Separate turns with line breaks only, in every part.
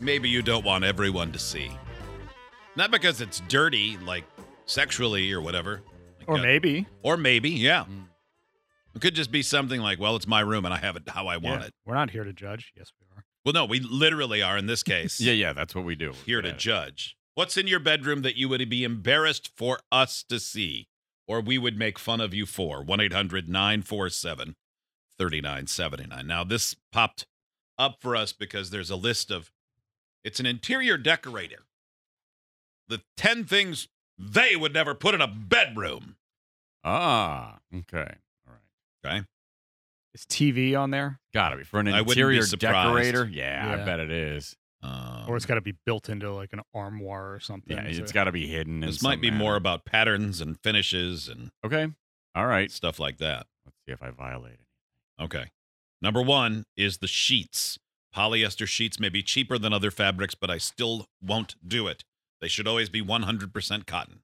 maybe you don't want everyone to see? Not because it's dirty, like sexually or whatever. Like
Or Hmm.
that-
maybe.
Or maybe, yeah. It could just be something like, well, it's my room and I have it how I want
Yeah,
it.
We're not here to judge. Yes, we are.
Well, no, we literally are in this case
Yeah, yeah, that's what we do.
here to
Yeah.
judge. What's in your bedroom that you would be embarrassed for us to see or we would make fun of you for? 1 800 947 3979. Now, this popped up for us because there's a list of it's an interior decorator. The 10 things they would never put in a bedroom.
Ah, okay, all right.
Okay.
Is TV on there?
Gotta be for an
I wouldn't be
interior
surprised.
decorator. Yeah,
Yeah.
I bet it is.
Um,
or it's got to be built into like an armoire or something.
Yeah,
so-
it's got to be hidden. in
This might
some
be more
manner.
about patterns and finishes and
Okay, all right.
stuff like that.
Let's see if I violate it.
Okay. Number one is the sheets. Polyester sheets may be cheaper than other fabrics, but I still won't do it. They should always be 100% cotton.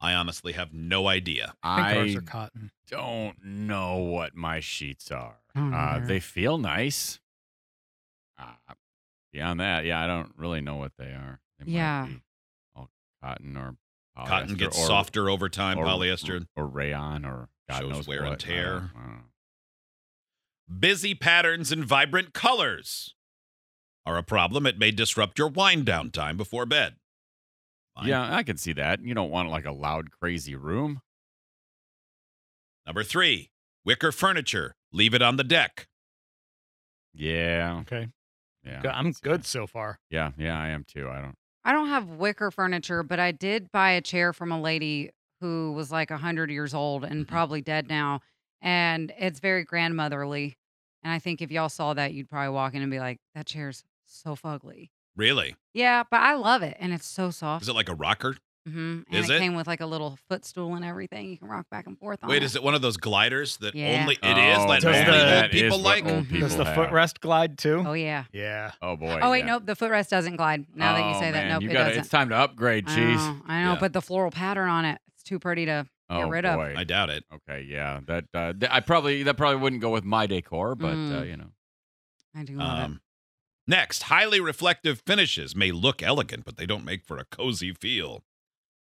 I honestly have no idea.
I think ours
I
are cotton.
don't know what my sheets are.
Mm.
Uh, they feel nice. Uh, beyond that, yeah, I don't really know what they are. They might
Yeah.
be all cotton or polyester
Cotton gets
Oh, or-
softer over time,
or- mm.
polyester.
or rayon or God
Shows
knows
wear and
what. I don't- uh,
tear.
I don't know.
Busy patterns and vibrant colors are a problem. It may disrupt your wind down time before bed. Fine.
Yeah, I can see that. You don't want like a loud, crazy room.
Number three, wicker furniture. Leave it on the deck.
Yeah,
Okay.
yeah.
Good- I'm
that's-
good so far.
Yeah, yeah, I am too. I don't.
I don't have wicker furniture, but I did buy a chair from a lady who was like 100 years old and probably dead now. And it's very grandmotherly. And I think if y'all saw that, you'd probably walk in and be like, that chair's so fugly.
Really?
Yeah, but I love it. And it's so soft.
Is it like a rocker?
hmm And
is
it,
it?
came with like a little footstool and everything. You can rock back and forth on
Wait, is it one of those gliders that
Oh. Yeah.
only it is
Oh,
that
Does
only
the-
old
that is
people
what
like?
old
people
Does the
have.
footrest glide too?
Oh, yeah.
Yeah.
Oh boy.
Oh, wait,
yeah.
nope. The footrest doesn't glide. Now that you
Oh,
say that,
man,
nope,
you
it
gotta-
doesn't. Oh,
It's time to upgrade,
I
cheese.
know, I know
Yeah.
but the floral pattern on it, it's too pretty to.
Oh
rid of.
boy.
I doubt it.
Okay, yeah, that uh, th- I probably that probably wouldn't go with my decor, but uh,
Mm.
you know,
I do love
Um, next, highly reflective finishes may look elegant, but they don't make for a cozy feel.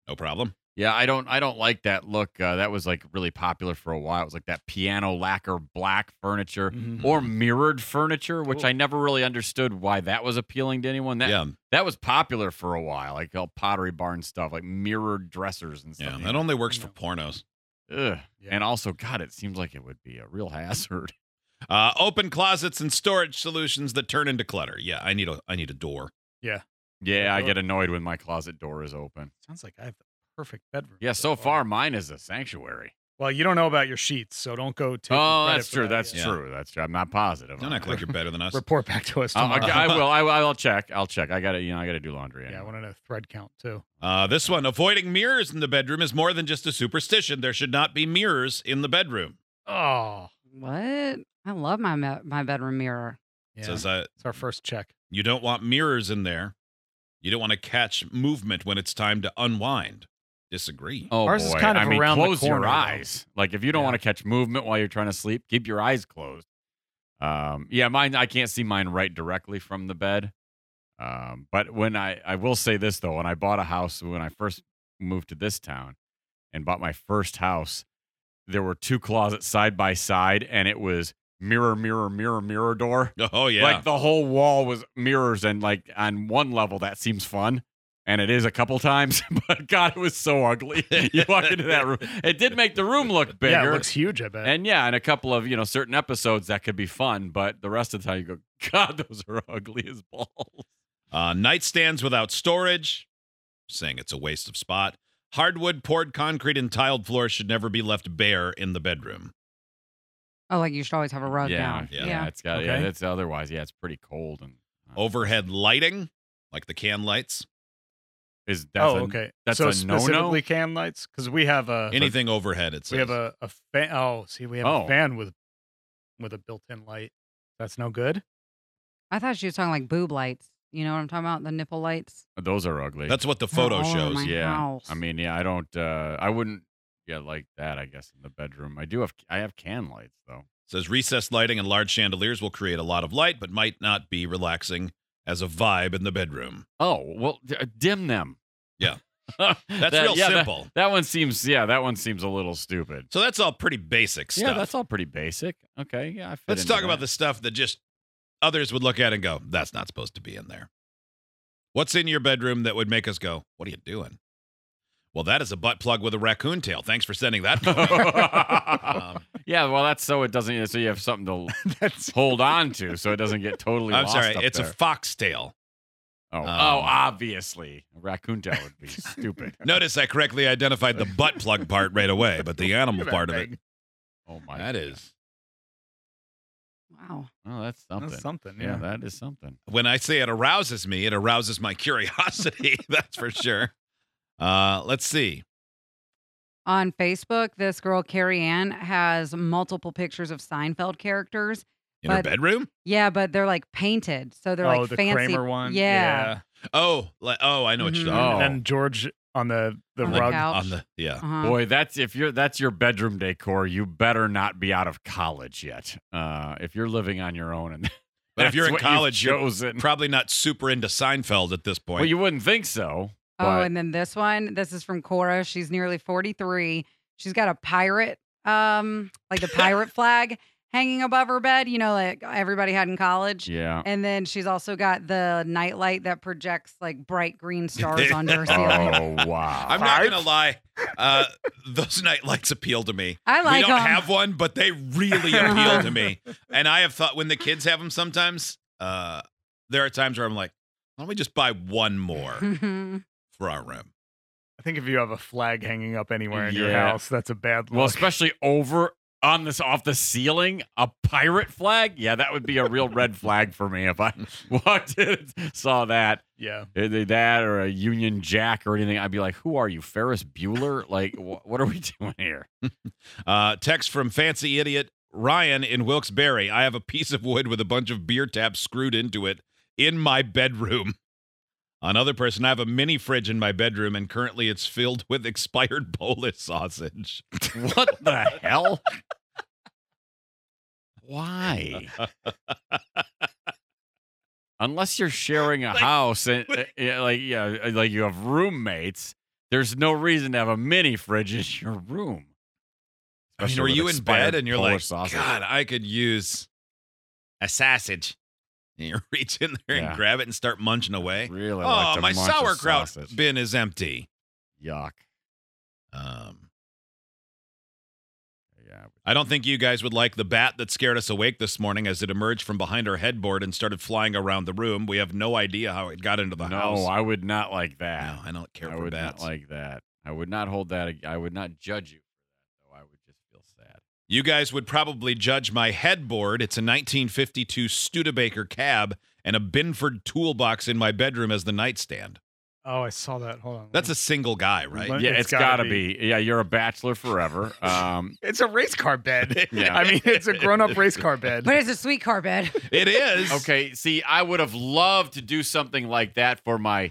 No problem.
yeah, I don't I don't like that look. Uh, that was like really popular for a while. It was like that piano lacquer black furniture
Mhm.
or
Mm-hmm.
mirrored furniture, which
Cool.
I never really understood why that was appealing to anyone. That
yeah,
that was popular for a while, like all Pottery Barn stuff, like mirrored dressers and
yeah.
stuff.
That only works for
No.
pornos.
Ugh.
Yeah.
And also, God, it seems like it would be a real hazard.
Uh, open closets and storage solutions that turn into clutter. Yeah, I need a I need a door.
Yeah, I
Sure.
get annoyed when my closet door is open.
Sounds like I have the perfect bedroom.
Yeah, so far mine is a sanctuary.
Well, you don't know about your sheets, so don't go too.
Oh, that's true. That's
yeah.
true. That's true. I'm not positive.
Don't
on
act like you're better than us.
Report back to us
that. I'll-
tomorrow.
I'll- I will. I will. I'll check. I'll check. I got to. You know, I got to do laundry.
yeah, I
anyway.
want to know thread count too.
Uh, this one, avoiding mirrors in the bedroom is more than just a superstition. There should not be mirrors in the bedroom.
Oh,
it. What? I love my me- my bedroom mirror.
yeah.
Says uh,
it's our first check.
You don't want mirrors in there. You don't want to catch movement when it's time to unwind. Disagree.
Oh
Ours is
boy.
kind of
I mean,
around the
close
corner,
your
though.
eyes. Like if you don't
Yeah.
want to catch movement while you're trying to sleep, keep your eyes closed. Um, yeah, mine. I can't see mine right directly from the bed. Um, but when I, I will say this though, when I bought a house, when I first moved to this town and bought my first house, there were two closets side by side, and it was mirror, mirror, mirror, mirror door.
Oh yeah.
Like the whole wall was mirrors, and like on one level that seems fun, and it is a couple times, but God, it was so ugly. you walk into that room, it did make the room look bigger,
Yeah, it looks huge. I bet.
and yeah, in a couple of you know certain episodes that could be fun, but the rest of the time you go, God, those are ugly as balls.
uh, nightstands without storage, saying it's a waste of spot. Hardwood, poured concrete, and tiled floors should never be left bare in the bedroom.
Oh, like you should always have a rug
yeah,
down.
yeah,
yeah.
it's got yeah,
Okay.
it's otherwise yeah, it's pretty cold and. uh,
Overhead lighting, like the can lights,
Is that's
oh,
a-
okay.
that's
so
a no-no?
specifically can lights because we have a
anything overhead. It says.
we have a, a fan. Oh, see, we have
Oh.
a fan with with a built-in light. That's no good.
I thought she was talking like boob lights. You know what I'm talking about? The nipple lights.
Those are ugly.
That's what the
They're
photo
all in
shows.
my
yeah.
house.
I mean, yeah, I don't. uh I wouldn't. Yeah, like that. I guess in the bedroom, I do have. I have can lights though.
Says recessed lighting and large chandeliers will create a lot of light, but might not be relaxing as a vibe in the bedroom.
Oh well, d- uh, dim them.
Yeah.
that's
That's real simple.
That, one seems. Yeah, that one seems a little stupid.
so that's all pretty basic stuff.
Yeah, that's all pretty basic. Okay. Yeah. I fit
Let's
into
talk about
that.
the stuff that just others would look at and go, "That's not supposed to be in there." What's in your bedroom that would make us go, "What are you doing?" Well, that is a butt plug with a raccoon tail. Thanks for sending that. to me. um,
yeah. Well, that's so it doesn't. So you have something to
That's
hold on to, so it doesn't get totally.
I'm
lost
sorry,
up
it's a
there.
fox tail.
oh,
um,
oh, obviously, a raccoon tail would be stupid.
Notice I correctly identified the butt plug part right away, but the animal
Look at
part of
that
it.
thing.
Oh my.
That
God.
is
Wow.
Oh, that's something.
that's something.
yeah,
Yeah.
that is something.
when I say it arouses me, it arouses my curiosity. that's for sure. Uh, let's see.
On Facebook, this girl, Carrie Ann, has multiple pictures of Seinfeld characters.
In her
But-
bedroom?
Yeah, but they're like painted. So they're
oh,
like
the
fancy.
Kramer one.
Yeah.
Oh, like, oh, I know what you're
Mhm.
talking
Oh.
And then George on the the
On the
rug.
about.
couch.
On the yeah.
Uh-huh.
Boy, that's if you're that's your bedroom decor. You better not be out of college yet. Uh, if you're living on your own, and
But if you're
that's
in
what you've
college, you're
chosen.
probably not super into Seinfeld at this point.
well, you wouldn't think so.
Oh,
but-
and then this one. This is from Cora. She's nearly 43. She's got a pirate, um, like the pirate flag hanging above her bed, you know, like everybody had in college.
Yeah.
And then she's also got the nightlight that projects like bright green stars onto her ceiling.
Oh wow.
I'm not gonna lie. Uh, those night lights appeal to me.
I like
we don't
'em.
have one, but they really appeal to me. And I have thought when the kids have them, sometimes uh, there are times where I'm like, why don't we just buy one more for our room?
I think if you have a flag hanging up anywhere in your
Yeah.
house, that's a bad look.
Well, especially over on this off the ceiling, a pirate flag. Yeah, that would be a real red flag for me if I walked in and saw that.
yeah.
Either that or a Union Jack or anything. I'd be like, "Who are you, Ferris Bueller? Like, wh- what are we doing here?"
Uh, text from fancy idiot Ryan in Wilkes-Barre. I have a piece of wood with a bunch of beer taps screwed into it in my bedroom. Another person, I have a mini fridge in my bedroom, and currently it's filled with expired bolus sausage.
What the hell? Why? Unless you're sharing a
Like-
house and uh, yeah, like yeah, like you have roommates, there's no reason to have a mini fridge in your room.
I mean,
Especially
were
with
you in
expired
bed and you're
Polish
like,
sausage.
God, I could use a sausage. And you reach in there
Yeah.
and grab it and start munching away.
really? like
Oh,
to
my
munch a
sauerkraut
sausage."
bin is empty.
Yuck.
Um,
Yeah.
I don't think you guys would like the bat that scared us awake this morning as it emerged from behind our headboard and started flying around the room. We have no idea how it got into the
no,
house.
I would not like that.
no, I don't care
I
for
would
bats.
not like that. I would not hold that. ag- I would not judge you for that. Though I would just feel sad.
You guys would probably judge my headboard. It's a 1952 Studebaker cab and a Binford toolbox in my bedroom as the nightstand.
Oh, I saw that. Hold on.
That's a single guy, right?
Let-
yeah,
it's
it's gotta,
gotta
be. Yeah, you're a bachelor forever. Um,
It's a race car bed.
Yeah.
I mean, it's a grown-up race car bed.
but it's a sweet car bed.
It is.
okay, see, I would have loved to do something like that for my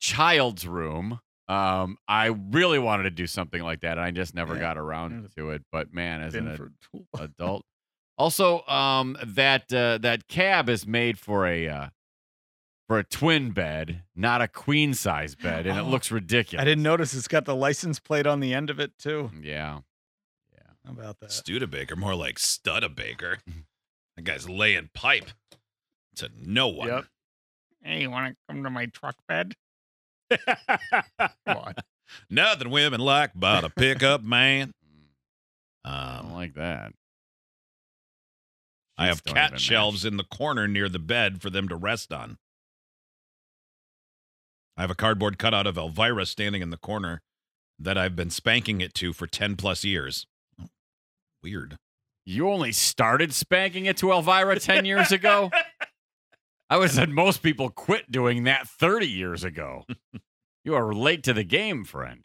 child's room. Um, I really wanted to do something like that, and I just never
Yeah.
got around to it. But man, as an
Binford tool.
adult. Also, um, that uh, that cab is made for a uh, for a twin bed, not a queen size bed, and it
Oh,
looks ridiculous.
I didn't notice it's got the license plate on the end of it too.
Yeah,
How about that?
Studebaker, more like Studebaker. That guy's laying pipe to no one.
Yep. Hey, you want to come to my truck bed? Come on.
Nothing women like about a pickup man.
Mm. I don't
Um,
like that.
I
Sheets
have
don't even
cat
match.
shelves in the corner near the bed for them to rest on. I have a cardboard cutout of Elvira standing in the corner that I've been spanking it to for 10 plus years. Oh, Weird.
You only started spanking it to Elvira ten years ago. I would have said most people quit doing that 30 years ago. you are late to the game, friend.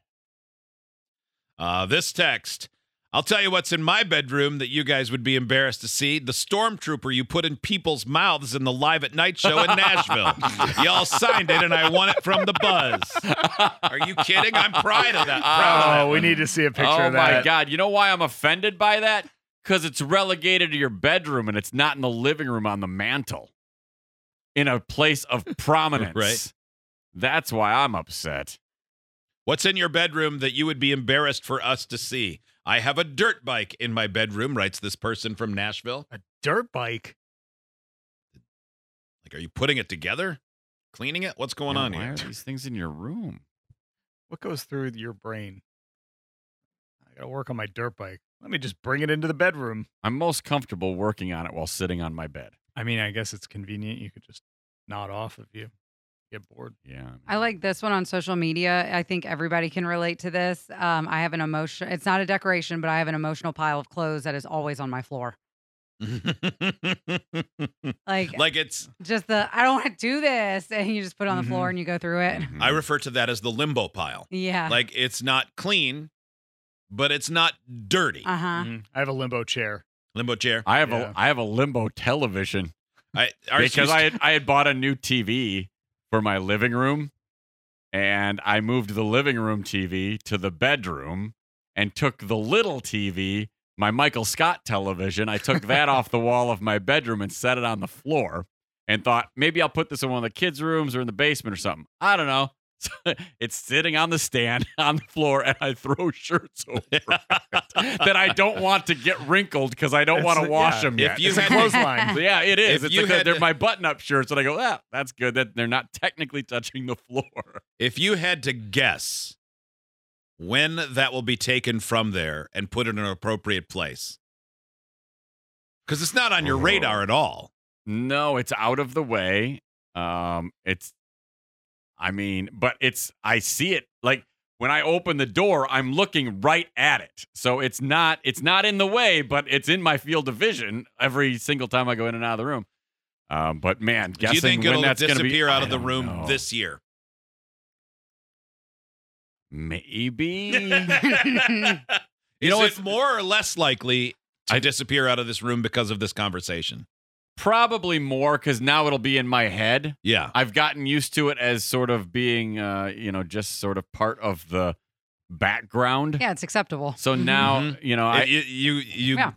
Uh, this text. I'll tell you what's in my bedroom that you guys would be embarrassed to see. The stormtrooper you put in people's mouths in the live at night show in Nashville. Y'all signed it and I won it from the buzz. Are you kidding? I'm proud of that. Proud of that
Oh, we
one.
need to see a picture
oh
of that.
my God. You know why I'm offended by that? Because it's relegated to your bedroom and it's not in the living room on the mantle in a place of prominence.
Right.
That's why I'm upset.
What's in your bedroom that you would be embarrassed for us to see? I have a dirt bike in my bedroom, writes this person from Nashville.
Dirt bike.
Like, are you putting it together? Cleaning it? What's going
Man,
on
why
here?
are these things in your room?
What goes through your brain? I gotta work on my dirt bike. Let me just bring it into the bedroom.
I'm most comfortable working on it while sitting on my bed.
I mean, I guess it's convenient. You could just nod off if you get bored.
Yeah.
I like this one on social media. I think everybody can relate to this. Um, I have an emotion. It's not a decoration, but I have an emotional pile of clothes that is always on my floor. Like,
like it's
just the I don't want to do this, and you just put it on the
Mm-hmm.
floor and you go through it.
Mhm.
I refer to that as the limbo pile.
Yeah.
Like it's not clean, but it's not dirty.
uh huh.
mm-hmm.
Mhm. I have a limbo chair.
Limbo chair.
I have
Yeah.
a I have a limbo television
I, ours
because
used-
I had, I had bought a new TV for my living room, and I moved the living room TV to the bedroom and took the little TV, my Michael Scott television. I took that off the wall of my bedroom and set it on the floor, and thought maybe I'll put this in one of the kids' rooms or in the basement or something. I don't know. it's sitting on the stand on the floor, and I throw shirts over it that I don't want to get wrinkled because I don't
It's
want to
a-
wash
yeah.
them yet.
if you
It's a
had
clothesline.
So, yeah, it is.
If
it's
you
like they're-
had
they're
to-
my button-up shirts, and I go, "Ah, that's good. That they're not technically touching the floor."
if you had to guess when that will be taken from there and put in an appropriate place, because it's not on
Oh.
your radar at all.
No, it's out of the way. Um, it's, I mean, but it's. I see it like when I open the door, I'm looking right at it. So it's not. It's not in the way, but it's in my field of vision every single time I go in and out of the room. Um, but man,
Do
guessing
you think
when
it'll
that's gonna be-
disappear out
I
of the
don't
room
know.
this year?
maybe.
Is
know,
it
it's-
more or less likely to
I-
disappear out of this room because of this conversation?
Probably more because now it'll be in my head.
Yeah.
I've gotten used to it as sort of being, uh, you know, just sort of part of the background.
Yeah, it's acceptable.
So
Mm-hmm.
now, you know, I
you you you,
Yeah.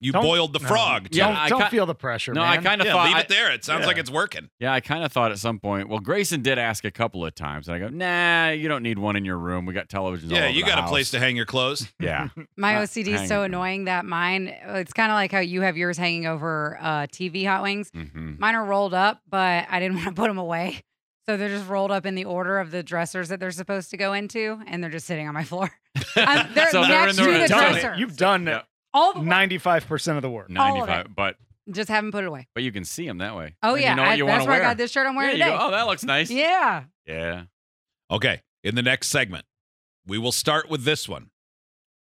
you
Don't-
boiled the
no.
frog.
Yeah,
don't
Tony.
I
don't
ki-
feel the pressure,
no,
man.
I kind of
yeah,
thought,
leave
I-
it there. It sounds
yeah.
like it's working.
yeah, I kind of thought at some point. Well, Grayson did ask a couple of times, and I go, nah, you don't need one in your room. We got televisions. all
Yeah,
over
you
the
got a
house."
place to hang your clothes.
Yeah,
My
Uh,
OCD is
hang
so
on.
annoying that mine, it's kind of like how you have yours hanging over uh, TV hot wings.
hmm
Mine are rolled up, but I didn't want to put them away. So they're just rolled up in the order of the dressers that they're supposed to go into, and they're just sitting on my floor. I'm, they're
So they're
next
in the
to the
room.
done
dresser.
it. You've done
Yeah.
All the way.
ninety-five percent of the work.
All of it.
ninety-five. But
Just haven't put it away.
but you can see them that way.
Oh,
And
yeah.
you know
I,
what you want
that's
to
where
wear.
I got this shirt I'm
yeah,
wearing
you go,
today.
oh, that looks nice.
yeah.
yeah.
Okay, in the next segment, we will start with this one.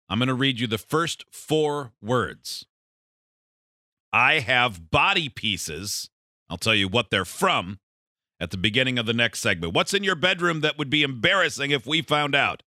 I'm going to read you the first four words. I have body pieces. I'll tell you what they're from at the beginning of the next segment. What's in your bedroom that would be embarrassing if we found out?